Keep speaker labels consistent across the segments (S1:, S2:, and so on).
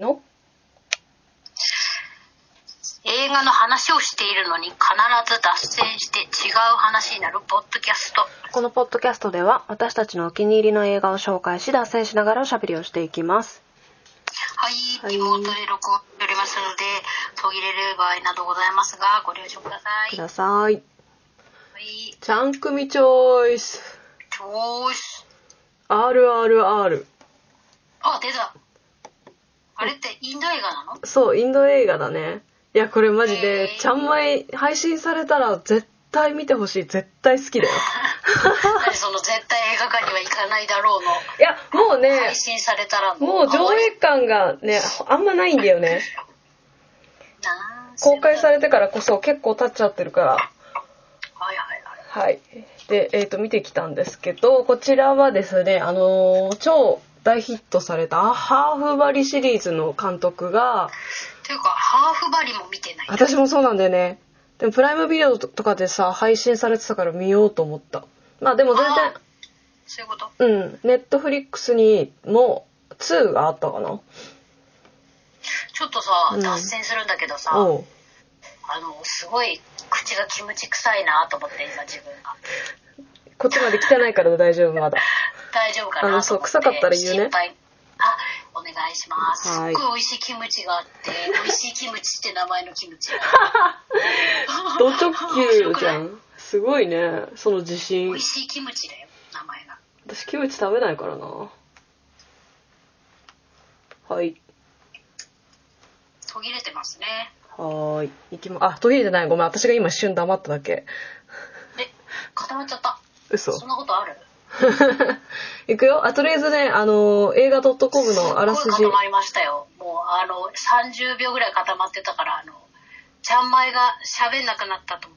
S1: の
S2: 映画の話をしているのに必ず脱線して違う話になるポッドキャスト
S1: このポッドキャストでは私たちのお気に入りの映画を紹介し脱線しながらおしゃべりをしていきます
S2: はい、
S1: はい
S2: リモートで録音しておりますので途切れる場合などございますがご了承くださ
S1: く
S2: いは
S1: ださい
S2: い
S1: ちゃんくみチョイス
S2: ちょーし
S1: RRR
S2: あ出たあれってインド映画 なの
S1: そうインド映画だねいやこれマジで
S2: へー
S1: ちゃんまい配信されたら絶対見てほしい絶対好き だよ
S2: 何その絶対映画館には行かないだろうの
S1: いやもうね
S2: 配信されたら
S1: もう上映感がねあんまないんだよね公開さ
S2: れ
S1: れてからこそ結構経っちゃってるから
S2: はいはいはい
S1: はい。で、えっ、と、見てきたんですけど、こちらはですね、あのー超大ヒットされたハーフバリシリーズの監督が、
S2: というかハーフバリも見てない
S1: 私もそうなんだよね。でも、プライムビデオとかでさ、配信されてたから見ようと思った。まあ、でも全然
S2: あ、そういうこと
S1: うん、ネットフリックスにも2があったかな。
S2: ちょっとさ、
S1: うん
S2: 脱線するんだけどさ、
S1: おう
S2: あの、すごい口がキムチ臭いなと思って、今自分が。
S1: こっちまで来てないから大丈夫、まだ。
S2: 大丈夫かなと
S1: あ
S2: 思
S1: の
S2: って。
S1: そう臭かったら言うね
S2: 心配あ、お願いします。すっ
S1: は
S2: ご
S1: い
S2: い美味しいキムチがあ って、美味しいキムチって名前のキムチが。
S1: ド直球じゃ
S2: 面白くない
S1: ん。すごいね、その自
S2: 美
S1: 信
S2: 味。しいキムチだよ、名前が。
S1: 私キムチ食べないからなはい
S2: 途切れてますね。
S1: はーいいきまあ途切れてないごめん私が今一瞬黙っただけ
S2: で、固まっちゃった。
S1: 嘘
S2: そんなことある
S1: いくよあとりあえずねあのー映画 .com のあらす
S2: すっ
S1: じ
S2: ごい固まりましたよ。もう、あの、30秒ぐらい固まってたから、あの、ちゃんまいが喋んなくなったと思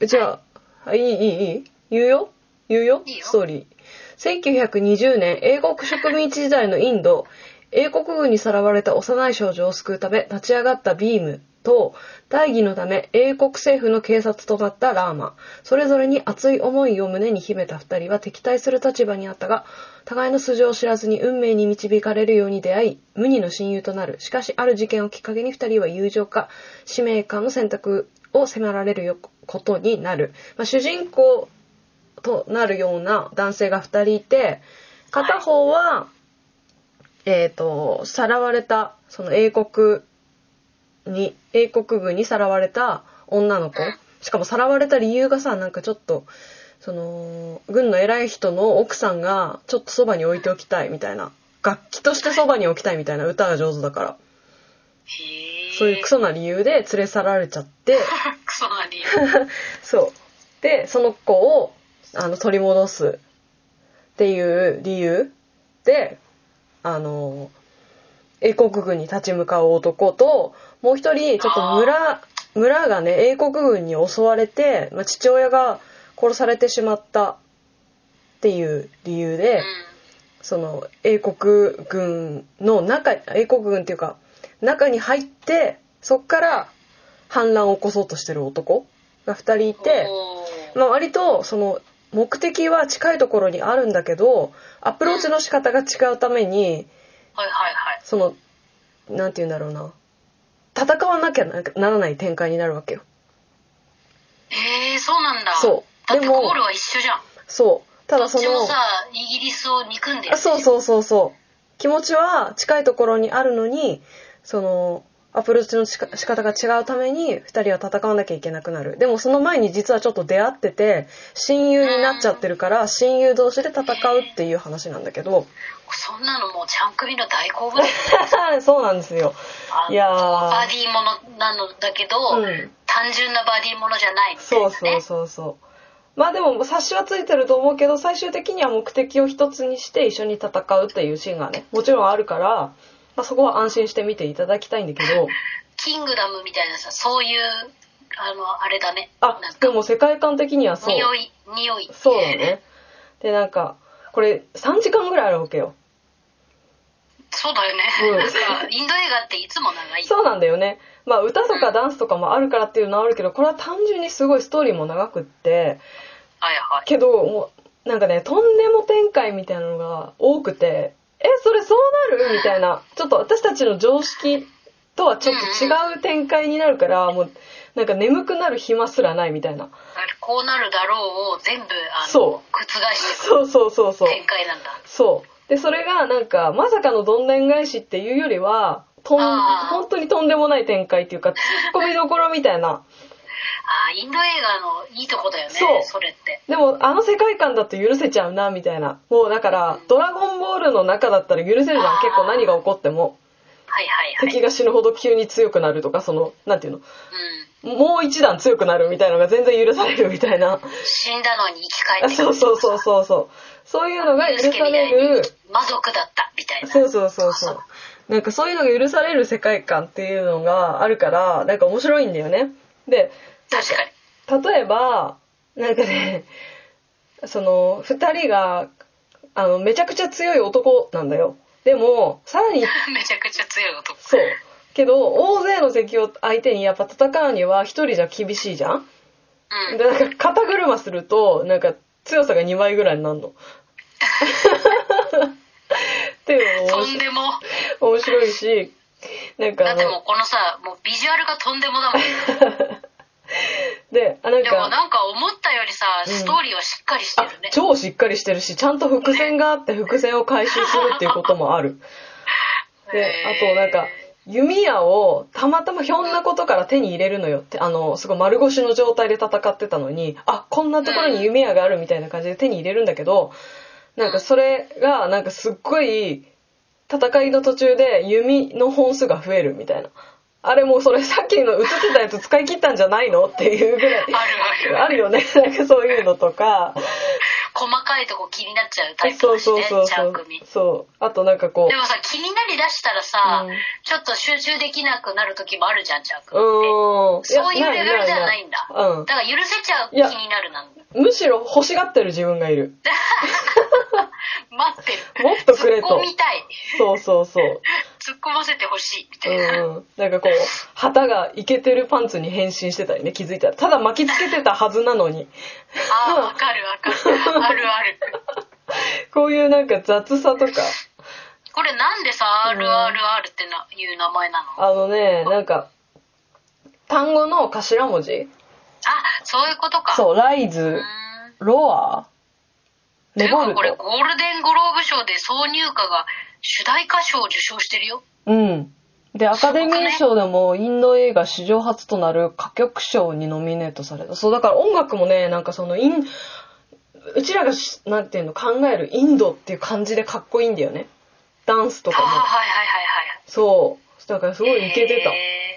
S2: う。
S1: じゃああいいいいいい言うよ言うよ
S2: いいよ
S1: ストーリー1920年英国植民地時代のインド英国軍にさらわれた幼い少女を救うため立ち上がったビームと大義のため英国政府の警察となったラーマそれぞれに熱い思いを胸に秘めた2人は敵対する立場にあったが互いの素性を知らずに運命に導かれるように出会い無二の親友となるしかしある事件をきっかけに2人は友情か使命かの選択を迫られるよことになる、まあ、主人公となるような男性が2人いて片方は、えっ、とさらわれたその英国に英国軍にさらわれた女の子
S2: うん
S1: しかもさらわれた理由がさなんかちょっとその軍の偉い人の奥さんがちょっとそばに置いておきたいみたいな楽器としてそばに置きたいみたいな歌が上手だから
S2: へー
S1: そういうクソな理由で連れ去られちゃって。
S2: クソな理由。
S1: そう。で、その子を、あの、取り戻すっていう理由で、あの、英国軍に立ち向かう男と、もう一人、ちょっと村、村がね、英国軍に襲われて、まあ、父親が殺されてしまったっていう理由で、その英国軍の中英国軍っていうか中に入ってそっから反乱を起こそうとしてる男が2人いて、まあ、割とその目的は近いところにあるんだけどアプローチの仕方が違うために
S2: はいはいはい。
S1: そのなんて言うんだろうな戦わなきゃなならない展開になるわけよ。
S2: えー、そうなんだ。
S1: そう
S2: だって
S1: でも
S2: ゴールは一緒じゃん。
S1: そうた
S2: ど
S1: だ
S2: っ
S1: そ
S2: ちも
S1: の
S2: さ、イギリスを憎んでる。
S1: あそう
S2: う。
S1: そうそうそう気持ちは近いところにあるのにそのアプローチのしか仕方が違うために2人は戦わなきゃいけなくなるでもその前に実はちょっと出会ってて親友になっちゃってるから親友同士で戦うっていう話なんだけど
S2: そんなのもうちゃん首の大好物。
S1: そうなんですよ
S2: あの
S1: いやー
S2: バディものなのだけど、
S1: うん
S2: 単純なバディものじゃないみたいな
S1: そ
S2: ね。
S1: うそうそうそうまあでも察しはついてると思うけど最終的には目的を一つにして一緒に戦うっていうシーンがねもちろんあるから、まあ、そこは安心して見ていただきたいんだけど
S2: キングダムみたいなさ、そういう、あの、あれだね。な
S1: あ
S2: ん、か
S1: でも世界観的にはそう。
S2: 匂い、匂い。
S1: そうだ。ね。で、なんか、これ3時間ぐらいあるわけよ。
S2: そうだよね。
S1: うん
S2: なんか、インド映画っていつも長い。
S1: そうなんだよね。まあ歌とかダンスとかもあるからっていうのはあるけど、これは単純にすごいストーリーも長くって、
S2: はいはい。
S1: けど、もう、なんかね、とんでも展開みたいなのが多くて、え、それそうなるみたいな、ちょっと私たちの常識とはちょっと違う展開になるから、もう、なんか眠くなる暇すらないみたいな。
S2: こうなるだろうを全部あの
S1: そ
S2: 覆して
S1: そうそうそうそう
S2: く。展開なんだ
S1: そう。で、それがなんか、まさかのどんでん返しっていうよりは、とん、
S2: あー
S1: 本当にとんでもない展開っていうか、ツッコミどころみたいな。
S2: あーインド映画のいいとこだよね
S1: そう
S2: それって
S1: でも、あの世界観だと許せちゃうな、みたいな。もうだから、ドラゴンボールの中だったら許せるじゃん。
S2: あー
S1: 結構何が起こっても。
S2: はいはいはい、
S1: 敵が死ぬほど急に強くなるとか、その、なんていうの。
S2: うん、
S1: もう一段強くなるみたいのが全然許されるみたいな。
S2: 死んだのに生き返っ
S1: あ
S2: て
S1: そうそうそう
S2: う
S1: そうそう。そういうのが許される。
S2: 魔族だったみたいな
S1: そうそうそうそう。なんかそういうのが許される世界観っていうのがあるから、なんか面白いんだよね。で、
S2: 確かに
S1: 例えば、なんかね、その、二人が、あの、めちゃくちゃ強い男なんだよ。でも、さらに、
S2: めちゃくちゃ強い男
S1: そう。けど、大勢の敵を相手にやっぱ戦うには一人じゃ厳しいじゃん
S2: うん
S1: で、なんか、肩車すると、なんか、強さが2倍ぐらいになるの。っていうの
S2: と
S1: も面
S2: ん
S1: 白い
S2: でも
S1: 面白いし、なんか
S2: だ
S1: あ
S2: ってもう
S1: の、
S2: このさもうビジュアルがとんでもだもん
S1: で、あ、なん
S2: でも
S1: か、
S2: なんか思ったよりさ
S1: うん
S2: ストーリーはしっかりして
S1: あ
S2: るね、
S1: 超しっかりしてるし、ちゃんと伏線があって伏線を回収するっていうこともある。で、あとなんか、弓矢をたまたまひょんなことから手に入れるのよって、あの、すごい丸腰の状態で戦ってたのに、あ、こんなところに弓矢があるみたいな感じで手に入れるんだけど、なんかそれが、なんかすっごい、戦いの途中で弓の本数が増えるみたいな。あれもうそれさっきの映ってたやつ使い切ったんじゃないのっていうぐ らい。
S2: あるある
S1: あるよね。なんかそういうのとか。
S2: 細かいとこ気になっちゃうタイプ
S1: そう
S2: だし
S1: そう
S2: ね
S1: そう
S2: ち
S1: そ
S2: ゃん
S1: う
S2: 組。
S1: そう。あとなんかこう
S2: で。もさ気になりだしたらさ、
S1: うん
S2: ちょっと集中できなくなる時もあるじゃんちゃん
S1: う
S2: 組って
S1: ーん。
S2: そういうレベルじゃないんだ
S1: な
S2: だから許せちゃう
S1: い
S2: 気
S1: や
S2: になるなんだ
S1: うん。むしろ欲しがってる自分が いる。
S2: 待ってる
S1: もっとくれと
S2: 突っ込みたい
S1: そうそうそう。
S2: 突っ込ませてほしいみた
S1: う
S2: いな、
S1: ん うん。なんかこう、旗がイケてるパンツに変身してたりね、気づいたら。ただ巻きつけてたはずなのに。
S2: ああわかるわかるあるある
S1: こういうなんか雑さとか。
S2: これなんでさ「RRR」ってないう名前なのあ
S1: あのね、なんか、単語の頭文字
S2: そういうことか
S1: そう、ライ
S2: う
S1: ズ、
S2: ーん
S1: ロア、
S2: てい
S1: レ
S2: う
S1: ボ
S2: か
S1: ル
S2: これ
S1: ト。
S2: ゴールデングローブ賞で挿入歌が主題歌賞を受賞してるよ
S1: うん。で、アカデミー賞でもインド映画史上初となる歌曲賞にノミネートされた。そう、だから音楽もね、なんかそのイン、うちらがし、なんていうの、考えるインドっていう感じでかっこいいんだよね。ダンスと
S2: ああ
S1: かも。
S2: はいはいはいはい
S1: そう。だからすごいイケてた。
S2: へー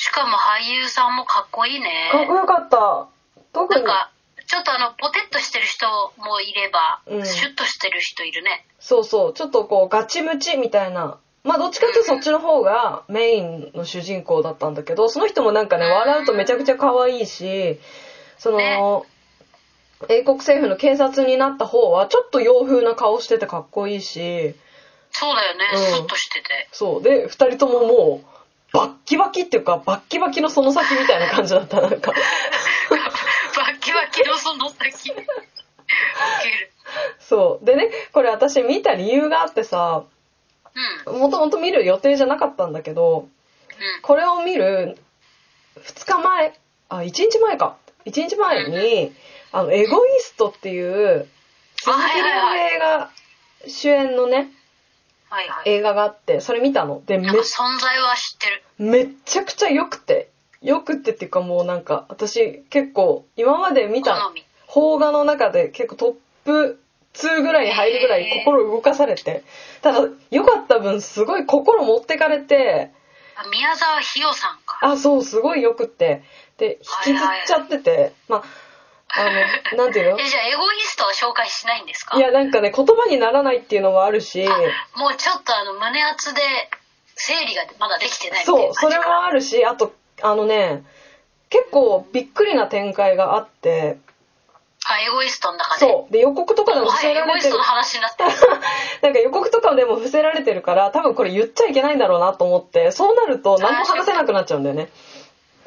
S2: しかも俳優さんもかっこいいね
S1: かっこよかった。特
S2: なん
S1: に、
S2: かちょっとあのポテッとしてる人もいれば、
S1: うん
S2: シュッとしてる人いるね
S1: そうそう、ちょっとこうガチムチみたいな。まあどっちかっていうとそっちの方がメインの主人公だったんだけど、その人もなんかね、笑うとめちゃくちゃ可愛いし、その、
S2: ね
S1: 英国政府の警察になった方はちょっと洋風な顔しててかっこいいし、
S2: そうだよね、
S1: うん
S2: スッとしてて
S1: そう。で、二人とももう、バッキバキっていうか、バッキバキのその先みたいな感じだった、 なんか。
S2: バッキバキのその先ウケる
S1: そう。でね、これ私見た理由があってさ、
S2: うん
S1: もともと見る予定じゃなかったんだけど、
S2: うん
S1: これを見る2日前、あ、1日前か。1日前に、あの、エゴイストっていう、鈴木亮平が主演のね、
S2: はいはい
S1: 映画があって、それ見たの。で、め
S2: なんか、存在は知ってる
S1: めっちゃくちゃ良くて。良くてっていうかもうなんか、私結構、今まで見
S2: 好
S1: た
S2: み
S1: 邦画の中で結構トップ2ぐらいに入るぐらい心動かされて。ただ、良かった分すごい心持ってかれて、
S2: あ宮沢ひよさんか
S1: あ、そう、すごい良くって。で、引きずっちゃってて、まあ、あ の、なんていう
S2: えじゃあエゴイストは紹介しないんですか
S1: のいや、なんかね、言葉にならないっていうのもあるし、
S2: あもうちょっとあの胸熱で整理がまだできてないみたいな
S1: そ
S2: 感
S1: う、
S2: じか
S1: それもあるし、あと、あのね、結構びっくりな展開があって、
S2: あエゴイストの中で
S1: そう。で、予告とかでも伏
S2: はい
S1: せ
S2: エ
S1: ら
S2: ゴ
S1: れ
S2: イス
S1: てる
S2: トの。話になってる
S1: なんか予告とかでも伏せられてるから、多分これ言っちゃいけないんだろうなと思って、そうなると何も話せなくなっちゃうんだよね。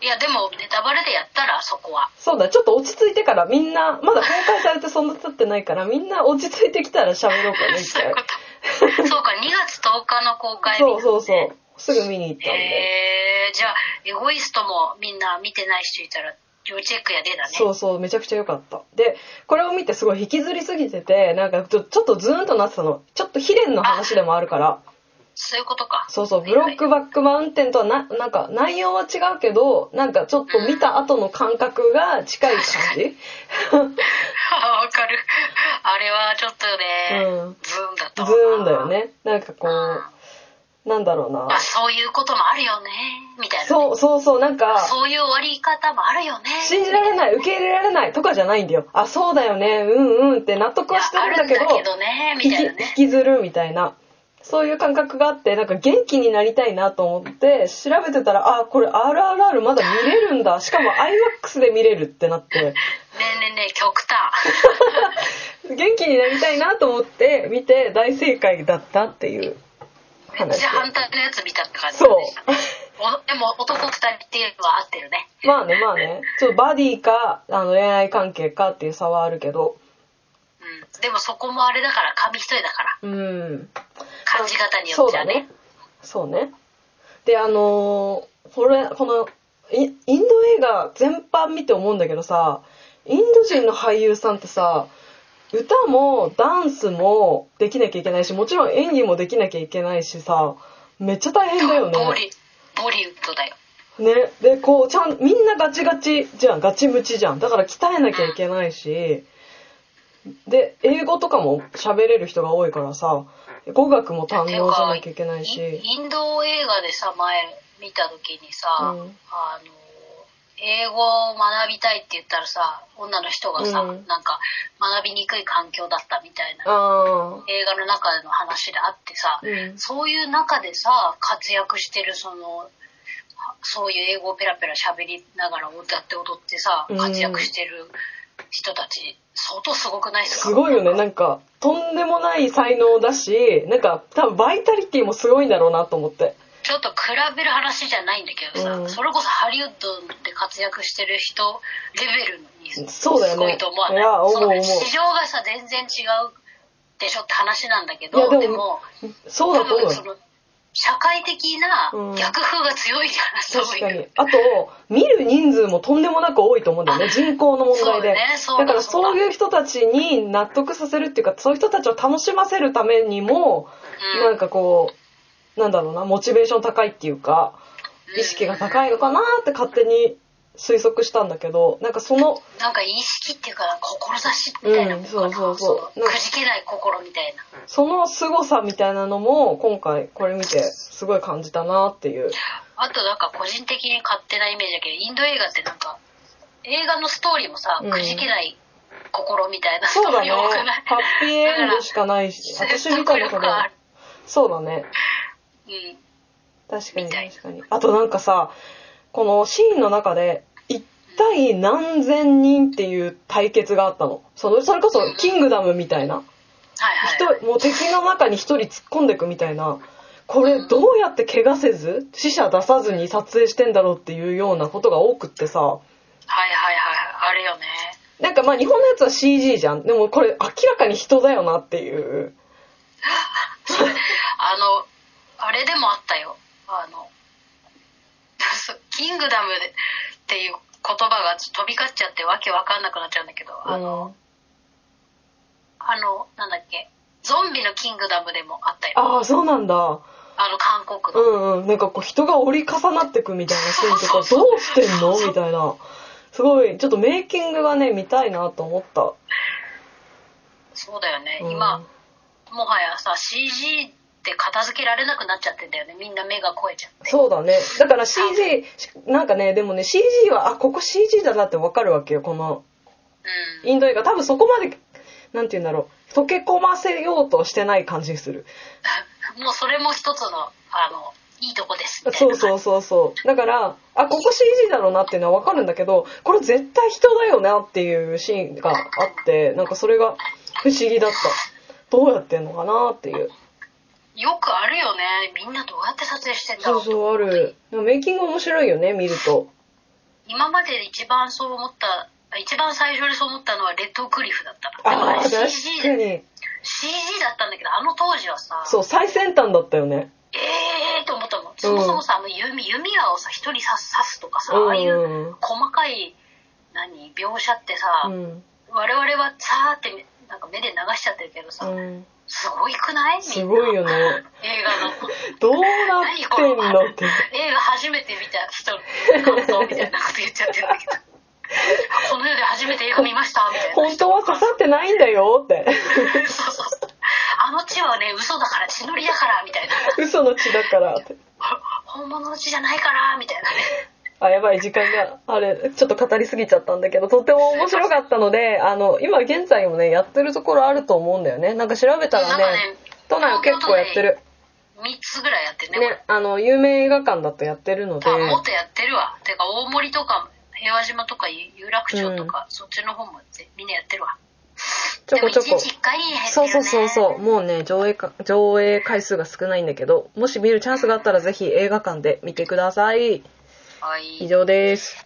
S2: いやでもネタバレでやったらそこは
S1: そうだ、ちょっと落ち着いて からみんな、まだ公開されてそんな経ってないから、みんな落ち着いてきたら喋ろうかね、一
S2: そうい
S1: 回
S2: うこと。 そうか、2月10日の公開日
S1: そうそうそう。すぐ見に行ったんで。
S2: へえじゃあ、エゴイストもみんな見てない人いたら、要チェックやでだね。
S1: そうそう、めちゃくちゃ良かった。で、これを見てすごい引きずりすぎてて、なんかちょちょっとズーンとなってたの。ちょっと秘伝の話でもあるから。
S2: そういうことか。
S1: そうそう、ブロックバックマウンテンとはな、なんか内容は違うけど、なんかちょっと見た後の感覚が近い感じ。
S2: わかる。あれはちょっとね、
S1: うん
S2: ズーンだったわ
S1: ズーンだよ。ね。なんかこう、なんだろうな。
S2: あ、そういうこともあるよね、みたいな。そう
S1: そうそうそう、なんか、
S2: いう終わり方もあるよね。
S1: 信じられない、受け入れられないとかじゃないんだよ。あ、そうだよね、うんうんって納得はしてるんだけ
S2: いやあるんだけ
S1: ど、
S2: どね、み
S1: 引
S2: た
S1: き
S2: いな
S1: 引
S2: ね。
S1: きずるみたいな。そういう感覚があって、なんか元気になりたいなと思って、調べてたら、あ、これ RRR まだ見れるんだ。しかも IMAX で見れるってなって。
S2: ねえねえねえ、極端。
S1: 元気になりたいなと思って見て大正解だったっていう
S2: めっ
S1: 話
S2: ちゃ反対のやつ見たって感じ
S1: そう
S2: でしたね。おでも男二人っていうのは合ってるね。
S1: まあねまあねちょっとバディかあの恋愛関係かっていう差はあるけど
S2: うん。でもそこもあれだから、紙一重だから。
S1: うん
S2: 感じ方によ
S1: そ
S2: っ
S1: う
S2: ては
S1: だ
S2: ね
S1: ね。そうねであのーこれこのイインド映画全般見て思うんだけどさインド人の俳優さんってさ歌もダンスもできなきゃいけないしもちろん演技もできなきゃいけないしさめっちゃ大変だよね
S2: ボリ、ボリウッドだよ。
S1: ね、でこうちゃんみんなガチガチじゃんガチムチじゃんだから鍛えなきゃいけないしで英語とかも喋れる人が多いからさ語学も堪能しなきゃいけない
S2: て
S1: し
S2: かインインド映画でさ、前見た時にさ、
S1: うん
S2: あの、英語を学びたいって言ったらさ、女の人がさ、
S1: うん
S2: なんか学びにくい環境だったみたいな
S1: あ
S2: 映画の中での話であってさ、
S1: ーうん
S2: そういう中でさ、活躍してるその、そういう英語をペラペラ喋りながら歌って踊ってさ、
S1: うん
S2: 活躍してる人たち、相当すごくないですか
S1: すごいよねなんかとんでもない才能だしなんか多分バイタリティもすごいんだろうなと思って
S2: ちょっと比べる話じゃないんだけどさ、
S1: うん
S2: それこそハリウッドで活躍してる人レベルにす
S1: そうだよね
S2: ごいと思わない
S1: いや思う
S2: その
S1: 思う
S2: 市場がさ全然違うでしょって話なんだけ
S1: い
S2: ど
S1: やでも
S2: でも
S1: そう
S2: 多
S1: だと思
S2: 分
S1: う
S2: そ
S1: よ
S2: の社会的な
S1: うん
S2: 逆風が強いから、そう
S1: 確
S2: い
S1: か
S2: う
S1: にあと見る人数もとんでもなく多いと思うんだよね人口の問
S2: そ
S1: 題
S2: う
S1: で
S2: ねそう
S1: だから
S2: そう
S1: そういう人たちに納得させるっていうかそういう人たちを楽しませるためにも、
S2: うん
S1: なんかこうなんだろうなモチベーション高いっていうか意識が高いのかなって勝手に推測したんだけどなんかその
S2: なんか意識っていうか志みたいなもんかな、
S1: うんそうそうそう
S2: のくじけない心みたいな
S1: その凄さみたいなのも今回これ見てすごい感じたなっていう
S2: あとなんか個人的に勝手なイメージだけどインド映画ってなんか映画のストーリーもさ、
S1: うん
S2: くじけない心みたいなスト
S1: そう
S2: ー
S1: だ
S2: リ
S1: ね
S2: ー多くない
S1: ハッピーエンドしかないし
S2: だから
S1: 私
S2: 説
S1: 見たの
S2: 得
S1: か
S2: 力あ
S1: な
S2: る
S1: そうだね
S2: うん
S1: 確かに
S2: みたいな
S1: 確かにあとなんかさこのシーンの中で一体何千人っていう対決があったのそのそれこそ「キングダム」みたいな
S2: はいはい
S1: 人もう敵の中に一人突っ込んでくみたいなこれどうやって怪我せず死者出さずに撮影してんだろうっていうようなことが多くってさ
S2: はいはいはいあれよね
S1: なんかまあ日本のやつは CG じゃんでもこれ明らかに人だよなっていう
S2: あのあれでもあったよあの 「キングダム」っていう言葉が飛び交っちゃってわけわかんなくなっちゃうんだけどあの、あの、なんだっけ、ゾンビのキングダムでもあったよ。
S1: ああそうなんだ
S2: あの、韓国
S1: う
S2: の。
S1: んうん、なんかこう人が折り重なってくみたいなシーンとかどうしてんのみたいなすごいちょっとメイキングがね見たいなと思った、
S2: そうだよね。
S1: うん
S2: 今、もはやさ、CG って片付けられなくなっちゃってんだよね。みんな目が超えちゃって。
S1: そうだねだから CG なんかねでもね CG はあここ CG だなってわかるわけよこの
S2: うん。
S1: インド映画多分そこまでなんて言うんだろう溶け込ませようとしてない感じする
S2: もうそれも一つの、あの、いいとこです。みたい
S1: そう
S2: な
S1: そうそうそうだからあここ CG だろうなっていうのはわかるんだけどこれ絶対人だよなっていうシーンがあってなんかそれが不思議だったどうやってんのかなっていう
S2: よくあるよね。みんなどうやって撮影してんだろ
S1: そううそうあるでもメイキング面白いよね見ると
S2: 今までで一番そう思った、一番最初にそう思ったのはレッドクリフだった。
S1: ああ
S2: でも
S1: 確
S2: れ CG
S1: か
S2: で
S1: に
S2: CG だったんだけどあの当時はさ
S1: そう最先端だったよね
S2: ええー、と思ったのそもそもさ、あの弓弓矢をさ一人刺す刺すとかさ、ああいうん細かい何描写ってさ、
S1: うん
S2: 我々はさーってなんか目で流しちゃってるけどさ、
S1: うん
S2: すごいくないみんな
S1: すごいよね
S2: 映画の
S1: どう なってんの って
S2: 映画初めて見た人の感想みたいなこと言っちゃってるんだけどこの世で初めて映画見ましたみたいな
S1: 本当は刺さってないんだよって
S2: そう そうそうあの地はね嘘だから血のりだからみたいな
S1: 嘘の血だからって
S2: 本物の血じゃないからみたいなね
S1: あやばい時間があれちょっと語りすぎちゃったんだけどとても面白かったのであの今現在もねやってるところあると思うんだよねなんか調べたら
S2: なんか
S1: ね
S2: ね
S1: 都内は結構やってる
S2: 3つぐらいやってるね
S1: ねあの有名映画館だとやってるので
S2: あもっとやってるわてか大森とか平和島とか有楽町とか、そっちの方もぜみんなやってるわ
S1: ちょこちょ
S2: でも
S1: こ
S2: 1日1回減ってるよ、ね、
S1: そうそうそうそうもうね上映か上映回数が少ないんだけどもし見るチャンスがあったらぜひ映画館で見てください
S2: はい
S1: 以上です